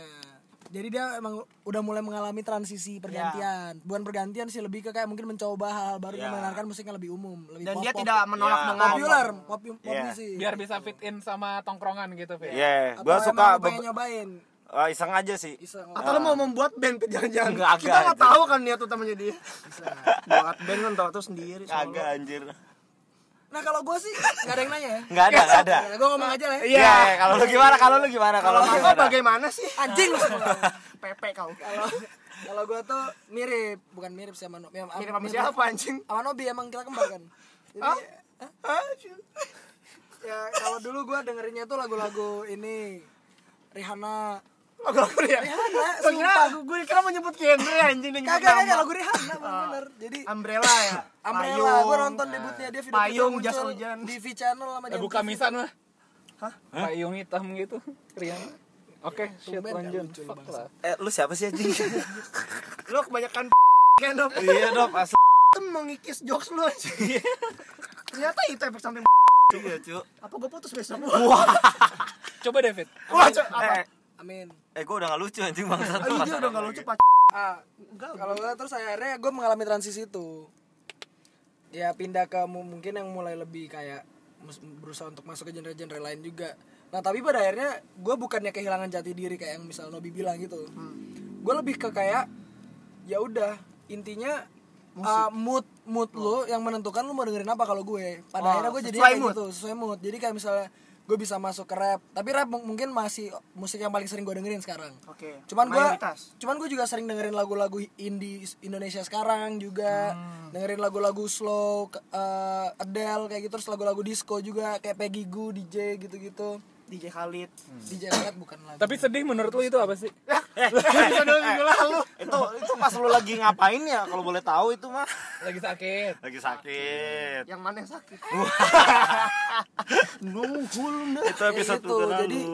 A: jadi dia emang udah mulai mengalami transisi pergantian bukan pergantian sih lebih ke kayak mungkin mencoba hal baru
B: Ya.
A: mendengarkan musik yang lebih umum lebih
C: Dan
A: pop, Iya,
C: dia
A: pop.
C: tidak menolak
B: Ya.
C: dengan
A: populer pop pop
B: Ya.
A: music
D: Biar bisa fit in sama tongkrongan gitu, Fit.
B: ya
A: Atau
B: gua
A: emang
B: suka
A: lu pengen
B: be-
A: nyobain
B: eh, iseng aja sih
A: iseng
C: Atau lo mau membuat band Fit jangan-jangan.
B: Nggak, agak,
C: Kita nggak
B: anjir.
C: tahu kan niat utamanya dia. Buat band kan tahu tuh sendiri. solo.
B: agak anjir
A: nah kalau gue sih nggak ada yang nanya ya
B: nggak ada nggak ada
A: gue ngomong aja lah ya.
B: Iya, kalau lu gimana? Kalau lu gimana? Kalau
C: Kalau
B: lu
C: kamu
B: gimana?
C: bagaimana sih?
A: anjing lu semua.
C: Pepe kau.
A: kalau kalau gue tuh mirip bukan mirip sih sama Nobi mirip
C: Mirip sama siapa anjing?
A: sama Nobi emang kita kembar kan jadi
C: Hah? ah,
A: ya kalau dulu gue dengerinnya tuh lagu-lagu ini Rihanna
C: Lagu-lagu ya.
A: Rihanna
C: Gue
A: sumpah
C: kira, gue kira mau nyebut genre anjing dan
A: kagak kagak lagu Rihanna bener jadi
C: Umbrella ya.
A: Umbrella
C: Payung.
A: gue nonton debutnya dia video
C: eh, Payung,
A: klipnya
C: jas
A: muncul
C: hujan.
A: di V channel sama
D: Eh,
A: jam
D: buka misan lah.
C: Hah?
D: Payung hitam gitu. Riana. Oke, shit
A: Tumben nggak
D: lanjut.
A: lucu lu,
D: Fuck lah.
B: Eh, lu siapa sih anjing?
C: Lu kebanyakan kan dong.
B: Iya, Dok, asli
C: Lu mengikis jokes lu anjing. Ternyata itu efek samping
B: ya, cuy.
C: apa gue putus besok? Wah,
D: Coba David.
C: wah, co- apa?
B: Eh,
A: amin
B: eh gua udah gak lucu anjing bangsat.
C: Aduh, Iya, dia udah gak lucu pak.
A: ah kalau gue terus akhirnya gue mengalami transisi itu ya pindah ke mu- mungkin yang mulai lebih kayak mus- berusaha untuk masuk ke genre-genre lain juga nah tapi pada akhirnya gue bukannya kehilangan jati diri kayak yang
C: Hmm.
A: misal Nobi bilang gitu gue lebih ke kayak ya udah intinya uh, mood mood lu yang menentukan lu mau dengerin apa kalau gue. Pada
C: Oh,
A: akhirnya gue jadi
C: sesuai
A: kayak
C: mood.
A: gitu, sesuai mood. Jadi kayak misalnya gue bisa masuk ke rap, tapi rap mung- mungkin masih musik yang paling sering gue dengerin sekarang.
C: Oke.
A: Cuman gue
C: Mayoritas.
A: cuman gue juga sering dengerin lagu-lagu indie Indonesia sekarang juga
C: Hmm.
A: dengerin lagu-lagu slow ke- eh, Adele kayak gitu terus lagu-lagu disco juga kayak Peggy Goo DJ gitu-gitu.
C: DJ Khalid.
A: DJ Khaled bukan lagu.
D: Tapi sedih menurut lu itu apa sih?
B: itu itu pas lu lagi ngapain ya kalau boleh tahu itu mah
D: Lagi sakit.
B: lagi sakit
C: Yang mana yang sakit?
B: itu episode
A: gitu,
B: terlalu
A: jadi-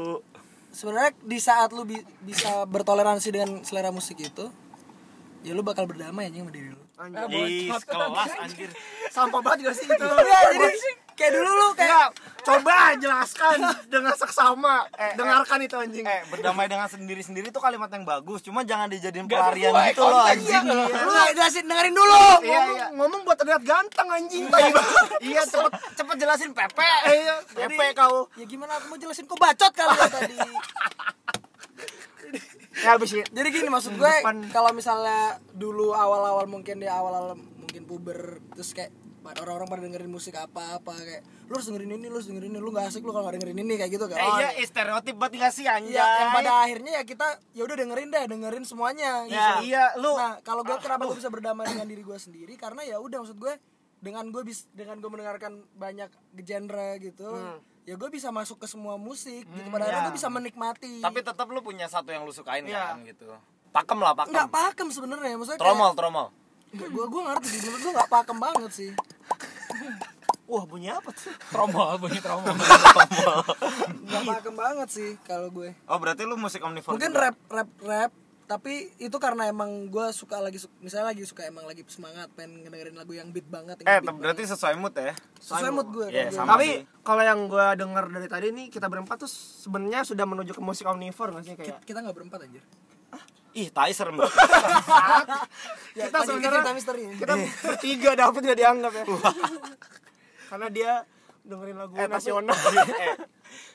A: sebenarnya di saat lu bi- bisa bertoleransi dengan selera musik itu ya lu bakal berdamai anjing sama diri lu
C: Anjir.
B: Ih, kelas anjir
C: Sampah banget gak sih itu?
A: Iya, jadi kayak dulu lu kayak
C: Enggak, coba jelaskan dengan seksama. Dengarkan itu anjing.
B: eh berdamai dengan sendiri sendiri itu kalimat yang bagus cuma jangan dijadiin
D: Nggak
B: pelarian
D: sesuai
B: gitu loh
D: konteks
B: anjing
D: ya.
A: iya, lu nggak jelasin dengerin dulu
C: Iya, iya. ngomong buat terlihat ganteng anjing tai banget.
B: iya cepet cepet jelasin pepe
C: Eh, iya,
B: pepe kau
A: ya gimana aku mau jelasin kok bacot kali ya tadi
C: Ya habis ini.
A: jadi gini maksud gue
C: Depan.
A: kalau misalnya dulu awal-awal mungkin di awal-awal mungkin puber terus kayak pa- orang-orang pada dengerin musik apa-apa kayak lu harus dengerin ini lu harus dengerin ini lu nggak asik lu kalau nggak dengerin ini kayak gitu kan
B: eh iya eh, stereotip banget nggak sih anjay
A: Iya, yang pada akhirnya ya kita ya udah dengerin deh, dengerin semuanya.
B: Iya,
A: gitu.
B: iya, lu-
A: Nah, kalau gue kenapa gue bisa berdamai dengan diri gue sendiri karena ya udah maksud gue dengan gue bis dengan gue mendengarkan banyak genre gitu,
B: Hmm.
A: ya gue bisa masuk ke semua musik gitu. Pada akhirnya gue bisa menikmati.
B: iya. tapi tetap lu punya satu yang lu sukain
C: Iya.
B: kan gitu pakem lah pakem
A: nggak pakem sebenarnya, maksudnya
B: tromol tromol
A: kayak gue gue ngerti dulu gue nggak pakem banget sih.
C: Wah, bunyi apa tuh?
D: Tromol, bunyi tromol.
A: Nggak pakem banget sih kalau gue.
B: oh berarti lu musik omnivore
A: Mungkin
B: juga?
A: rap rap rap tapi itu karena emang gue suka lagi su- misalnya lagi suka emang lagi semangat pengen dengerin lagu yang beat banget yang
B: eh
A: beat
B: te- berarti sesuai mood ya
A: sesuai mood
B: Iya,
A: gue kalau gue.
B: sama
C: Tapi kalau yang gue dengar dari tadi nih kita berempat tuh sebenarnya sudah menuju ke musik omnivore nggak sih kayak
A: kita nggak berempat anjir
B: ih tai serem banget.
A: Ya,
C: kita
A: tadi
C: sebenarnya
A: cerita misteri ya.
C: kita bertiga David tidak dianggap ya karena dia dengerin lagu
B: Eh, tapi-
C: nasional
B: eh,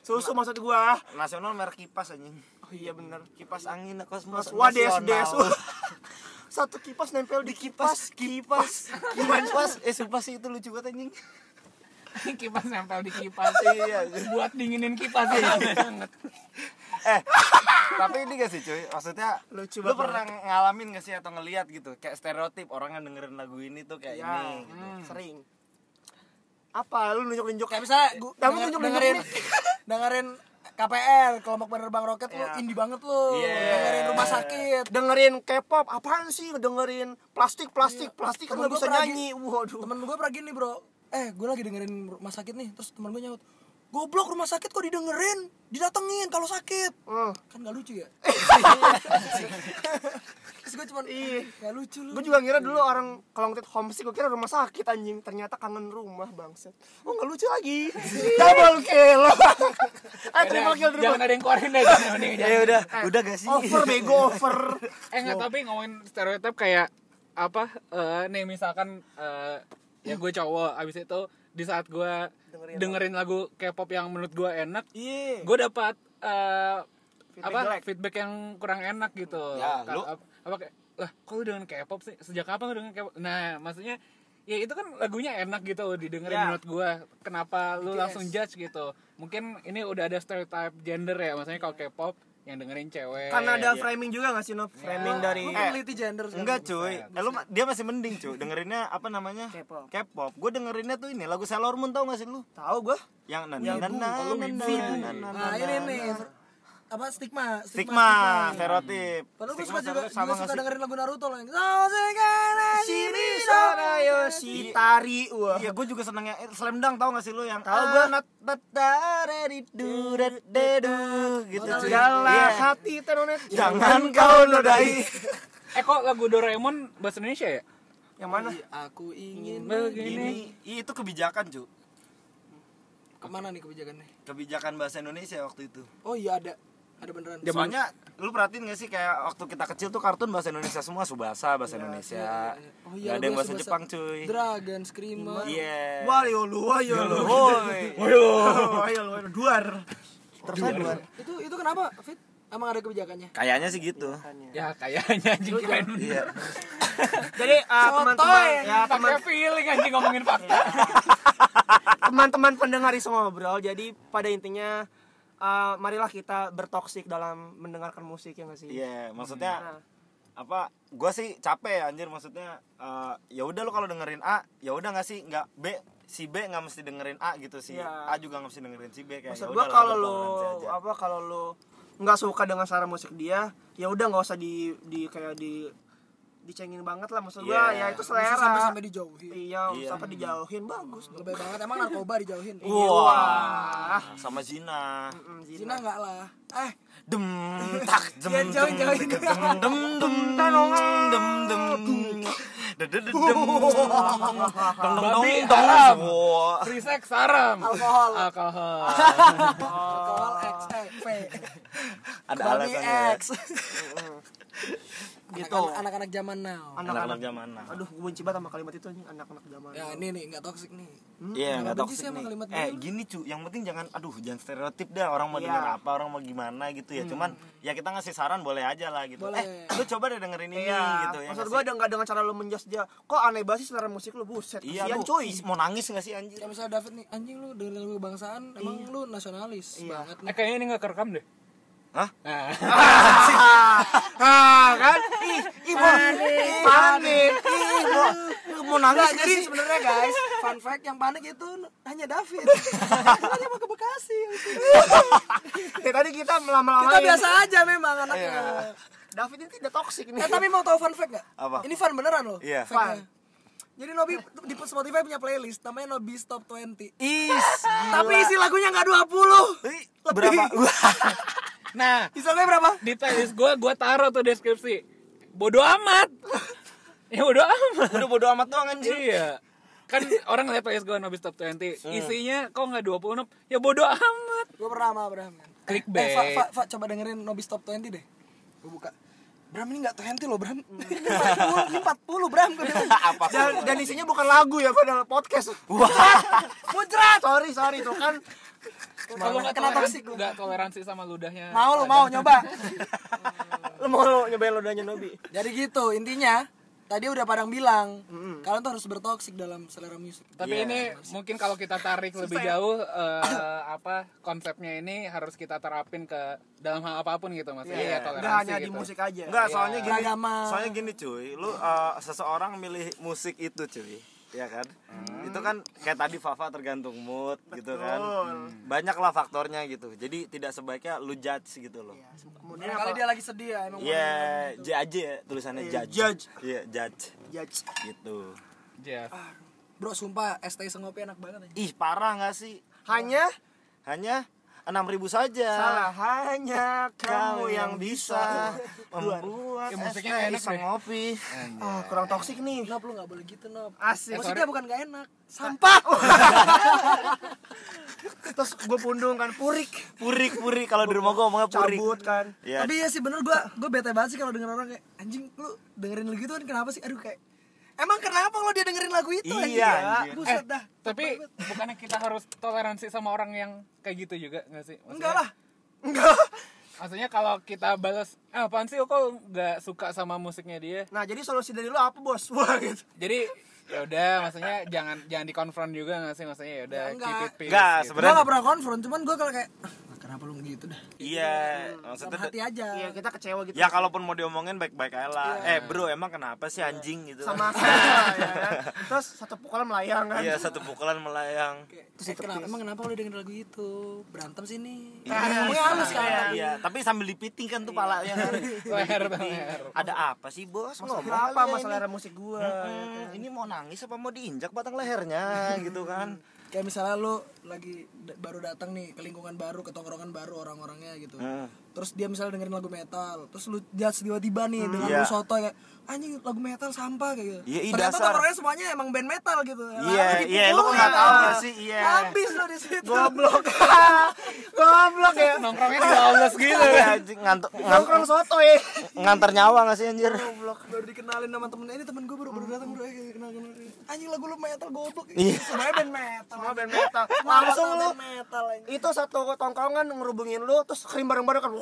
C: susu maksud gua
B: nasional merek kipas anjing
C: oh iya bener
B: kipas angin kosmos
C: Mas wah des des
B: nasional.
C: wah. satu kipas nempel di kipas
B: kipas kipas gimana kipas eh sumpah sih itu lucu banget anjing
D: kipas nempel di kipas.
B: Iya.
D: Buat dinginin kipas
A: Iya,
D: ya.
B: eh tapi ini gak sih cuy maksudnya
C: Lucu
B: lu
C: banget.
B: pernah ngalamin gak sih atau ngeliat gitu kayak stereotip orang yang dengerin lagu ini tuh
A: Iya.
B: kayak
C: ya
B: ini gitu.
A: Hmm.
C: sering apa lu nunjuk nunjuk
A: kayak misalnya gue
C: Kamu tunjuk
A: dengerin
C: dulu
A: dengerin KPR kelompok penerbang roket lu indie banget lu
B: Iya.
A: dengerin rumah sakit
C: dengerin K-pop apaan sih dengerin plastik plastik plastik kan
A: Iya. Temen
C: nggak
A: gua
C: bisa
A: pernah
C: nyanyi waduh
A: temen gue pernah gini bro eh gue lagi dengerin rumah sakit nih terus temen gue nyaut goblok rumah sakit kok didengerin didatengin kalau sakit
C: Hmm.
A: kan gak lucu ya terus gue cuman
C: Iya.
A: gak lucu lu
C: Gue juga ngira dulu orang kalau ngeliat homesick gue kira rumah sakit anjing, ternyata kangen rumah bangset. Oh nggak lucu lagi. Double kill. eh triple kill triple.
D: Jangan ada yang keluarin deh. jangan ada yang-
B: ya udah udah gak sih
C: Over bego over.
D: Eh nggak tapi ngomongin stereotip kayak apa eh, nih misalkan eh, ya gue cowok abis itu di saat gue dengerin, lagu K-pop yang menurut gue enak,
C: Iya.
D: gue dapat eh, apa
C: jelek.
D: feedback yang kurang enak gitu.
B: Ya,
D: Ka-
B: lu-
D: ap- apa kayak lah kok lu dengan K-pop sih sejak kapan lu dengan K-pop? Nah maksudnya ya itu kan lagunya enak gitu didengerin
C: Ya.
D: menurut gue kenapa lu langsung judge gitu mungkin ini udah ada stereotype gender ya maksudnya kalau K-pop yang dengerin cewek ya.
C: Karena ada framing juga nggak sih no framing dari
A: lu peneliti gender sekarang.
B: Eh, Enggak cuy, eh, lu ma- dia masih mending cuy dengerinnya apa namanya
C: K-pop.
B: K-pop. Gue dengerinnya tuh ini lagu Sailor Moon tau gak sih lu?
C: tahu gue
B: Yang nan nan nan nan nan nan nan
A: nah
B: nan.
A: ini nih apa stigma
B: stigma, stereotip.
A: Padahal gue
B: Stigma
A: suka juga,
B: stereotip sama
A: juga
B: nggak
A: suka
B: sih?
A: dengerin lagu Naruto loh yang Sausegana
C: Sini sana yo si tari wah.
B: Iya, gue juga seneng yang eh, slam dunk tau gak sih lu yang
C: Tahu gua.
B: "Ah, nat nat dare di du dat de du gitu cuy. Iya.
C: Segala hati teronet.
B: Jangan kau nodai.
D: Eh kok lagu Doraemon bahasa Indonesia ya?
C: Yang mana?
A: Aku ingin
D: Begini.
B: Ini iya, itu kebijakan cuy.
A: Kemana nih kebijakannya?
B: Kebijakan bahasa Indonesia waktu itu.
A: Oh iya ada Ada beneran
B: Soalnya lu perhatiin gak sih kayak waktu kita kecil tuh kartun bahasa Indonesia semua Subasa bahasa Indonesia.
A: Oh
B: Nggak
A: iya
B: ada yang
A: lagu
B: bahasa
A: Tsubasa.
B: Jepang cuy.
A: Dragon Screamer
B: Iya.
C: Wayo lu, wayo lu.
B: Woi.
A: Iya.
C: Wayo lu, wayo lu, duar. Terus duar.
A: Itu itu kenapa Fit? Emang ada kebijakannya?
B: Kayaknya sih gitu.
D: ya kayaknya anjing keren
B: Iya.
C: Jadi eh,
A: Sotoy.
C: teman-teman ya teman-
D: pakai feeling anjing ngomongin fakta
C: teman-teman pendengar isu ngobrol. Jadi pada intinya eh, marilah kita bertoksik dalam mendengarkan musik ya nggak sih?
B: Iya, maksudnya
C: Nah.
B: apa? Gua sih capek ya anjir maksudnya eh, ya udah lo kalau dengerin A, ya udah nggak sih nggak B si B nggak mesti dengerin A gitu sih.
C: Iya.
B: A juga nggak mesti dengerin si B kayak ya
C: Maksud gua
B: udah
C: kalau
B: lo
C: lu
B: toleransi aja.
C: apa kalau lu nggak suka dengan selera musik dia, ya udah nggak usah di di kayak di dicengin banget lah maksud
B: Iya.
C: gua ya itu
A: Masa
C: selera.
A: sampai sampai dijauhin.
C: Iya,
B: Iya.
C: sampai dijauhin bagus dong.
A: Lebih banget emang narkoba dijauhin.
C: iya,
A: Iya.
B: Wah, sama zina.
C: Mm, Zina.
A: Cina enggak lah. Eh,
B: Dem tak
C: Ya,
B: dem
A: Jangan jauhin, jauhin.
B: dem dem dem dem
C: ah.
B: dem dem dem dem dem
D: Babi
B: dem
D: haram.
B: dem Wah.
D: free sex haram
A: Alkohol.
D: alkohol
A: alkohol X eh, V.
B: Oh. ada alasan
A: Barbie
B: ya.
A: X.
C: Gitu.
A: Anak- Anak-anak zaman now.
B: anak-anak
C: Anak-anak
B: zaman nah. now.
C: Aduh, gue benci banget sama kalimat itu anjing anak-anak zaman.
A: Ya ini nih enggak toksik nih.
B: Iya, nggak
A: Kenapa benci
B: toksik
A: sih sama
B: nih.
A: kalimat
B: Eh,
A: gitu?
B: gini cu, yang penting jangan, aduh, jangan stereotip dah. Orang mau
C: Iya.
B: denger apa, orang mau gimana gitu ya. Cuman, ya kita ngasih saran boleh aja lah gitu.
A: Boleh.
B: Eh, lu coba deh dengerin ini
C: Iya,
B: gitu ya.
C: maksud
B: nggak
C: gue
B: sih?
C: ada nggak dengan cara lu menjas dia? Kok aneh banget sih selera musik lu buset?
B: Iya,
C: kasihan
B: lu
C: cuy.
B: ih, mau nangis gak sih anjir?
A: Ya misalnya David nih, anjing lu dari lagu kebangsaan, emang lu nasionalis
C: Iya.
A: banget
D: eh
A: nih.
D: kayaknya ini nggak kerekam deh
B: Hah?
D: Nah,
C: Ah, kan? Ih, ih,
A: Panik.
C: panik.
B: Ih, mau, mau nangis
A: Nah,
B: gak
A: jadi
B: sih?
A: sebenarnya guys, fun fact yang panik itu hanya David. Karena dia mau ke Bekasi.
C: Ya, tadi kita melama-lamain.
A: Kita biasa aja memang anaknya.
C: David ini tidak toksik nih.
A: Eh tapi mau tahu fun fact gak?
B: Apa?
A: Ini fun beneran loh.
B: Iya.
A: factnya. Jadi Nobi di Spotify punya playlist namanya Nobi's Top 20.
B: Is,
A: Tapi isi lagunya nggak 20.
B: Ih, berapa?
D: nah
A: Misalnya berapa?
D: di playlist gue gue taruh tuh deskripsi bodoh amat ya bodoh amat
B: Udah bodo amat doang anjir.
D: iya kan orang ngeliat playlist gue nobis top 20 isinya kok nggak 20 Nob? ya bodoh amat
A: Gue pernah sama Bram.
D: Clickbait.
A: Eh, Fa, Fa, Fa, coba dengerin Nobi's Top 20 deh. Gue buka. Bram ini nggak 20 loh Bram. Ini 40, ini 40 Bram. Gue bilang.
B: Apa sih?
C: Dan, dan isinya bukan lagu ya, padahal podcast. Wah, muncrat. Sorry, sorry tuh kan.
D: kalau nggak
A: Kena
D: toleransi
A: toxic gua.
D: nggak toleransi sama ludahnya
A: Mau lo mau nyoba.
C: Lu mau lu nyobain lodanya Nobi?
A: Jadi gitu intinya. Tadi udah Padang bilang, kalian tuh harus bertoksik dalam selera musik.
D: Tapi ini mungkin kalau kita tarik lebih jauh eh, apa konsepnya ini harus kita terapin ke dalam hal apapun gitu Mas. Iya, toleransi
C: Nggak hanya
D: gitu.
C: di musik aja.
B: Enggak, soalnya gini,
A: Beragama.
B: soalnya gini cuy, lu uh, seseorang milih musik itu cuy, ya kan? Itu kan kayak tadi Fafa tergantung mood gitu kan. Banyaklah faktornya gitu. Jadi tidak sebaiknya lu judge gitu
C: Iya.
B: loh.
C: Kemudian
A: Nah, kali
C: apa?
A: dia lagi sedih ya emang.
B: Iya, judge ya tulisannya
C: Iya,
B: judge.
C: judge.
B: Iya, judge
C: Judge.
B: gitu.
D: Jeff.
A: Bro, sumpah es teh sengopi enak banget ya.
B: Ih, parah nggak sih?
C: Hanya
B: Hanya 6000 saja.
C: salah hanya
B: Kamu yang bisa membuat
D: Ya,
B: es
D: musiknya
B: teh
D: enak
B: iseng
D: deh.
B: ngopi.
C: Ah, kurang toksik nih.
A: Nop, lu gak boleh gitu, Nop.
C: Asik.
A: Maksudnya bukan gak enak.
B: Kan
C: Sampah. Terus gue pundung kan purik,
B: Purik-purik kalau di rumah gua omongnya purik.
C: cabut kan.
B: Iya,
A: Tapi ya sih bener gua gua bete banget sih kalau denger orang kayak anjing lu dengerin lagu itu kan kenapa sih? Aduh kayak emang kenapa lo dia dengerin lagu itu
B: Iya,
A: anjing? Ya,
B: anjir.
A: Buset dah.
D: Tapi bukannya kita harus toleransi sama orang yang kayak gitu juga nggak sih? Maksudnya-
A: Enggak lah.
C: Enggak.
D: Maksudnya kalau kita balas, ah, apaan sih kok nggak suka sama musiknya dia?
C: Nah, jadi solusi dari lu apa, Bos? Wah, gitu.
D: Jadi ya udah maksudnya jangan jangan dikonfront juga nggak sih maksudnya ya udah
A: Ya, enggak.
D: keep it peace.
B: Enggak,
D: gitu.
A: Gua
B: Sebenarnya-
A: gak pernah konfront, cuman gua kalau kayak ah, kenapa lu gitu dah.
B: Iya,
A: Dalam
B: maksudnya tuh-
A: hati aja.
C: Iya, kita kecewa gitu.
B: ya kalaupun mau diomongin baik-baik aja lah. Eh bro, emang kenapa sih anjing gitu?
C: sama sama ya kan. Terus satu pukulan melayang kan.
B: Iya, satu pukulan melayang.
A: Kayak, eh, kenapa emang kenapa lo dengerin lagu itu? Berantem sih nih.
B: Iya,
A: ngomongnya halus kayak.
B: Iya, tapi sambil dipiting kan tuh palanya kan.
D: Leher, leher.
B: Ada apa sih, Bos? Ngomong
C: Kenapa
B: kali ya
C: masalah
B: ini.
C: musik gua?
B: Hmm, ini mau nangis apa mau diinjak batang lehernya gitu kan.
A: Kayak misalnya lu lagi d- baru datang nih ke lingkungan baru, ke tongkrongan baru orang-orangnya gitu.
B: Hmm.
A: Terus dia misalnya dengerin lagu metal, terus lu judge tiba-tiba nih dengan
B: Iya.
A: lu sotoy kayak anjing lagu metal sampah kayak gitu.
B: Iya, iya,
A: Ternyata
B: dasar.
A: tongkrongannya semuanya emang band metal gitu.
B: Iya, iya, lu kok nggak tahu nggak sih? Iya.
A: Habis lu di situ.
C: Goblok. Goblok. goblok ya
D: nongkrongnya di bawah les gitu
B: Iya, anjing, ngantuk ngan-
C: nongkrong soto ya
B: nganter nyawa gak sih anjir
A: goblok baru dikenalin sama temen ini temen gue baru baru datang baru eh, kenal kenal anjing lagu lu metal goblok
B: Iya.
A: semuanya band metal
C: Semua band metal.
A: langsung
C: Langsung
A: lu
C: lu-
A: metal anjing
C: itu satu tongkongan ngerubungin lu terus krim bareng-bareng kan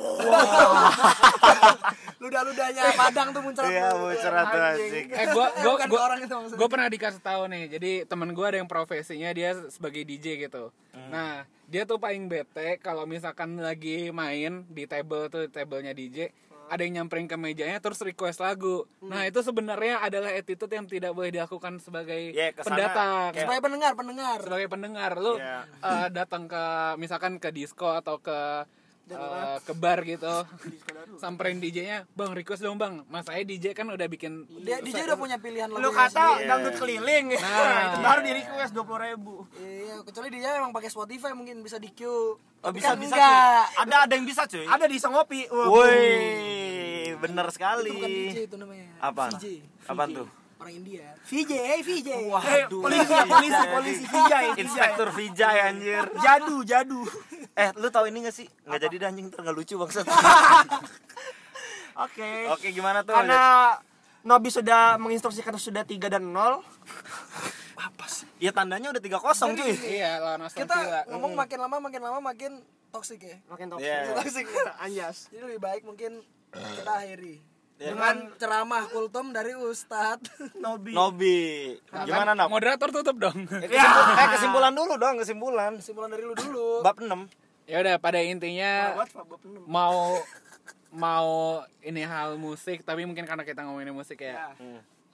A: ludah ludahnya padang tuh muncrat
B: iya
A: tuh.
B: mucerat tuh anjing
D: eh gua gua
A: Bukan
D: gua,
A: orang itu maksudnya.
D: gua pernah dikasih tahu nih jadi temen gua ada yang profesinya dia sebagai DJ gitu
A: Hmm.
D: nah dia tuh paling bete kalau misalkan lagi main di table tuh tablenya DJ
A: Hmm.
D: ada yang nyamperin ke mejanya terus request lagu nah itu sebenarnya adalah attitude yang tidak boleh dilakukan sebagai
B: Ya, kesana
D: pendatang
B: kayak-
A: supaya pendengar pendengar
D: sebagai pendengar lu
B: Iya.
D: eh, datang ke misalkan ke disco atau ke eh, ke bar gitu samperin DJ-nya bang request dong bang mas saya DJ kan udah bikin
A: dia DJ udah punya pilihan lagu
C: lu kata dangdut keliling iya nah itu baru di request dua puluh ribu
A: iya kecuali dia emang pakai Spotify mungkin bisa di
B: oh,
A: queue Tapi
B: bisa
A: kan
B: bisa
A: enggak.
B: cuy. ada ada yang bisa cuy
C: ada di Sengopi
B: woi bener sekali
A: itu bukan DJ itu namanya
B: apa
A: VJ
B: apa tuh
A: orang India VJ eh VJ
C: Eh, polisi polisi polisi Vijay Vijay.
B: inspektur Vijay anjir
C: jadu jadu
B: eh lu tahu ini gak sih nggak jadi dah anjing ntar nggak lucu bangsat
C: oke
B: oke gimana tuh
C: karena Nobi sudah menginstruksikan sudah 3 dan 0
B: ya tandanya udah tiga kosong cuy
D: iya lawan Aston
A: kita
D: Villa.
A: ngomong makin lama makin lama makin toksik ya
C: makin toksik
B: Iya.
A: toksik
C: anjas
A: jadi lebih baik mungkin kita akhiri
B: Ya.
A: dengan ceramah kultum dari Ustadz
C: Nobi
B: Nobi gimana Nob
D: moderator tutup
B: Eh,
D: dong
B: kesimpulan, eh, kesimpulan dulu dong kesimpulan
A: kesimpulan dari lu dulu
B: bab 6
D: ya udah pada
B: Iya.
D: intinya
C: Buat, Pak, gua penuh.
D: mau mau ini hal musik tapi mungkin karena kita ngomongin musik
B: Iya,
D: ya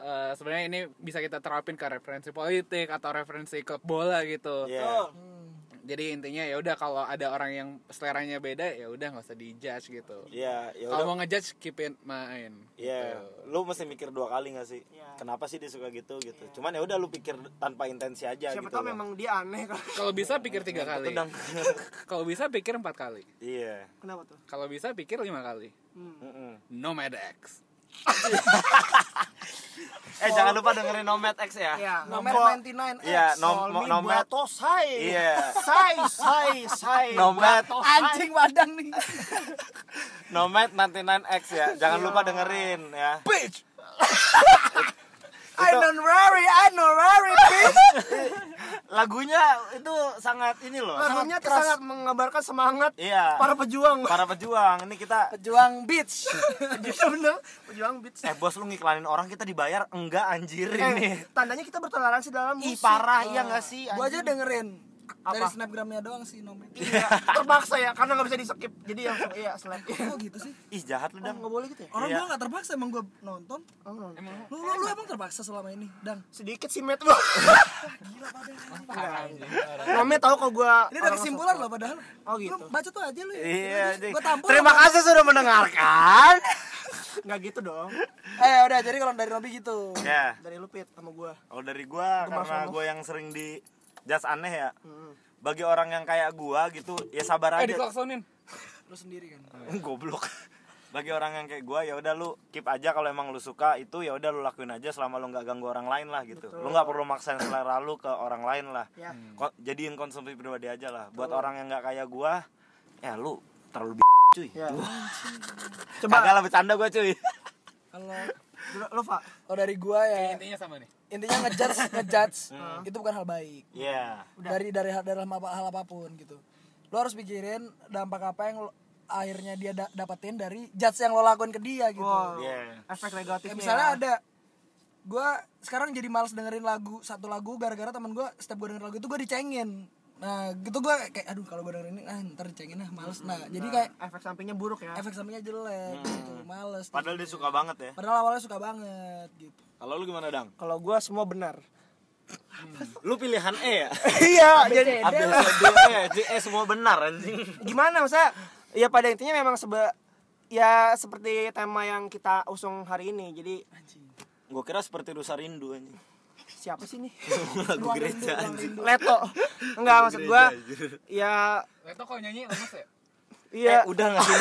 D: eh, sebenarnya ini bisa kita terapin ke referensi politik atau referensi ke bola gitu
B: Iya.
D: jadi intinya ya udah kalau ada orang yang seleranya beda ya udah nggak usah dijudge gitu
B: Iya, ya
D: Kalau
B: udah.
D: mau ngejudge keep gitu. in mind.
B: Iya, lu mesti mikir dua kali gak sih?
C: Iya.
B: Kenapa sih dia suka gitu gitu? Cuman ya udah lu pikir tanpa intensi aja
C: Ya.
B: gitu.
C: siapa tahu
B: loh.
C: memang dia aneh kan
D: Kalau bisa pikir tiga kali.
B: Tendang.
D: Kalau bisa pikir empat kali.
B: Iya.
C: kenapa tuh Hmm.
D: Kalau bisa pikir lima kali.
B: Mm-mm.
D: Nomad X.
B: Eh jangan lupa dengerin Nomad X ya.
C: ya
A: nomor
C: nomor
A: 99
B: Iya, nom
C: Solmi
B: Nomad.
C: Buato Sai.
B: Iya.
C: Sai sai sai.
B: Nomad
C: Buato Sai.
A: anjing padang nih
B: Nomad 99X ya. Jangan
C: Iya.
B: lupa dengerin ya.
A: bitch I don't worry, I don't worry, bitch.
B: Lagunya itu sangat ini loh. sangat
C: Lagunya tuh sangat mengabarkan semangat
B: Iya.
C: para pejuang.
B: para pejuang. Ini kita
A: Pejuang bitch.
C: Iya bener, pejuang beats.
B: eh bos lu ngiklanin orang kita dibayar enggak anjir ini.
C: Eh, tandanya kita bertoleransi dalam
B: Ih
C: musik.
B: parah iya gak sih?
A: Gua aja dengerin dari
C: Apa?
A: snapgramnya doang sih nomor.
C: Iya, terpaksa ya karena nggak bisa di skip. Jadi yang iya slap.
A: Kok gitu sih?
B: Ih jahat lu dang.
C: Enggak boleh gitu ya.
A: Orang
B: Iya.
A: gua gak terpaksa emang gua nonton.
C: Oh,
D: Emang
A: Lu, lu, lu Oh. emang terpaksa selama ini, Dang.
C: sedikit sih met lu.
A: Gila padahal.
C: Nomad Nah, tahu kok gua
A: Ini udah kesimpulan loh padahal.
C: Oh, gitu.
A: Lu baca tuh aja lu. ya.
B: Iya,
A: Gua
B: anjing.
A: tampol.
B: terima kasih sudah mendengarkan.
C: Enggak gitu dong.
A: Eh udah jadi kalau dari Robi gitu.
B: ya,
C: Dari lu Pit sama gua.
B: kalau dari gua
C: Gemas
B: karena
C: banget.
B: gua yang sering di jas aneh ya.
C: Hmm.
B: Bagi orang yang kayak gua gitu, ya sabar
D: Eh
B: aja.
D: diklaksonin.
A: Lu sendiri kan.
B: Goblok. Bagi orang yang kayak gua ya udah lu keep aja kalau emang lu suka itu ya udah lu lakuin aja selama lu nggak ganggu orang lain lah gitu. Lu nggak perlu maksain selera lu ke orang lain lah. Hmm.
C: Ya.
B: Ko- jadiin konsumsi pribadi aja lah. Buat orang yang nggak kayak gua, ya lu terlalu b cuy.
C: Ya.
B: Coba Kagak lah bercanda gua cuy.
A: Kalau
C: Lu- Lu Pak.
A: kalau dari gua ya
D: Intinya sama nih.
A: intinya ngejudge ngejudge itu bukan hal baik
B: Iya.
A: dari dari hal- dalam apa hal apapun gitu lo harus pikirin dampak apa yang lo, akhirnya dia da- dapetin dari judge yang lo lakuin ke dia gitu
C: Wow.
B: Iya.
C: Efek
A: Kayak
C: negatifnya.
A: Ya,
C: ya.
A: misalnya ada gue sekarang jadi males dengerin lagu satu lagu gara-gara teman gue setiap gue denger lagu itu gue dicengin nah gitu gue kayak aduh kalau gue dengerin ini ah ntar dicengin ah males nah jadi kayak
C: efek sampingnya buruk ya.
A: efek sampingnya jelek gitu males
B: Padahal dia suka banget ya.
A: padahal awalnya suka banget gitu
B: Kalau lu gimana, Dang?
C: Kalau gua semua benar.
B: Lu pilihan E ya?
C: Iya, jadi
B: A, B, C, D, E, J, E semua benar anjing.
C: gimana maksudnya ya pada intinya memang sebe ya seperti tema yang kita usung hari ini jadi
B: Gua kira seperti rusa rindu anjing.
C: siapa sih nih
B: Lagu gereja anjing.
C: Leto enggak maksud gua ya
D: Leto kalau nyanyi lemes ya.
B: Eh,
C: iya
B: udah enggak sih?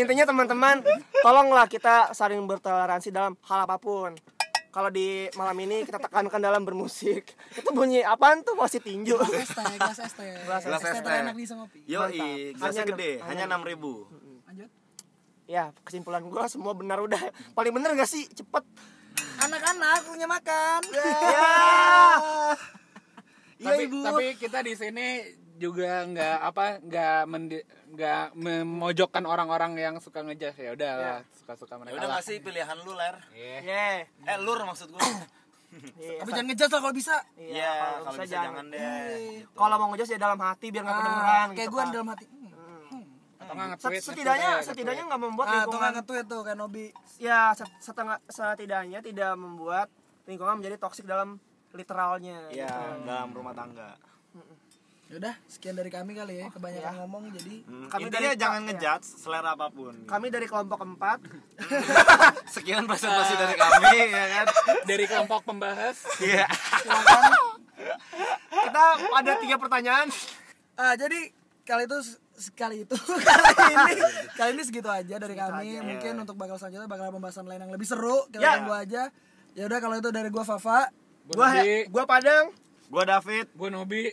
C: intinya teman-teman tolonglah kita saling bertoleransi dalam hal apapun kalau di malam ini kita tekankan dalam bermusik itu bunyi apaan tuh masih tinju
A: Gelas teh, gelas es teh.
B: Gelas es teh. Iya.
A: terenak di sama pi.
B: Yo,
C: Mantap.
B: gelasnya
C: Hanya enam-
B: gede,
C: hanya
B: hanya enam ribu.
A: Lanjut.
C: ya kesimpulan gua semua benar udah paling benar gak sih cepet
A: Anak-anak punya makan.
B: Ya.
A: Iya,
D: tapi,
A: Ibu.
D: tapi kita di sini juga nggak apa nggak mendi- nggak memojokkan orang-orang yang suka ngejudge ya udah lah, suka-suka
B: Ya
D: mereka
B: udah
D: lah.
B: ngasih pilihan lu, Ler.
D: Iya.
C: yeah.
B: Eh, lur maksud gua.
C: Ya. Iya,
A: Tapi jangan ngejudge lah kalau bisa.
B: Iya, kalau bisa jangan Iya, deh.
C: Kalau mau ngejudge ya dalam hati biar nggak
A: Ah,
C: kedengeran.
A: kayak
C: gitu
A: gue
C: kan.
A: dalam hati. Hmm.
D: atau nggak
C: Set-
D: nge-tweet,
C: setidaknya
D: nge-tweet aja, gitu.
C: setidaknya
D: nge-tweet.
C: nggak membuat
A: Ah, tuh
C: lingkungan
A: nggak ngetweet tuh kayak Nobi.
C: ya set- setengah setidaknya tidak membuat lingkungan menjadi toksik dalam literalnya.
B: Iya, dalam rumah tangga.
A: Yaudah, Ya sekian dari kami kali ya. Kebanyakan ngomong jadi
B: Hmm,
C: Kami
B: Intinya
C: dari-
B: jangan
C: iya.
B: ngejudge selera apapun.
C: Kami dari kelompok empat.
B: Sekian presentasi dari kami ya kan.
D: dari kelompok pembahas
B: Iya.
C: kita ada tiga pertanyaan.
A: Ah, jadi kali itu sekali itu kali ini kali ini segitu aja Iya. dari kami. Mungkin untuk bakal selanjutnya bakal ada pembahasan lain yang lebih seru. Kita
C: Ya.
A: tunggu aja. Ya udah kalau itu dari gua Fafa,
C: Gua gua Padang.
B: Gua David.
D: gue Nobi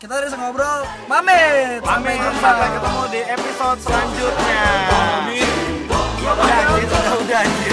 A: kita dari Sang ngobrol pamit.
B: Pamit sampai ketemu di episode selanjutnya.
D: Nobi
B: Udah, anjir, udah, udah, anjir.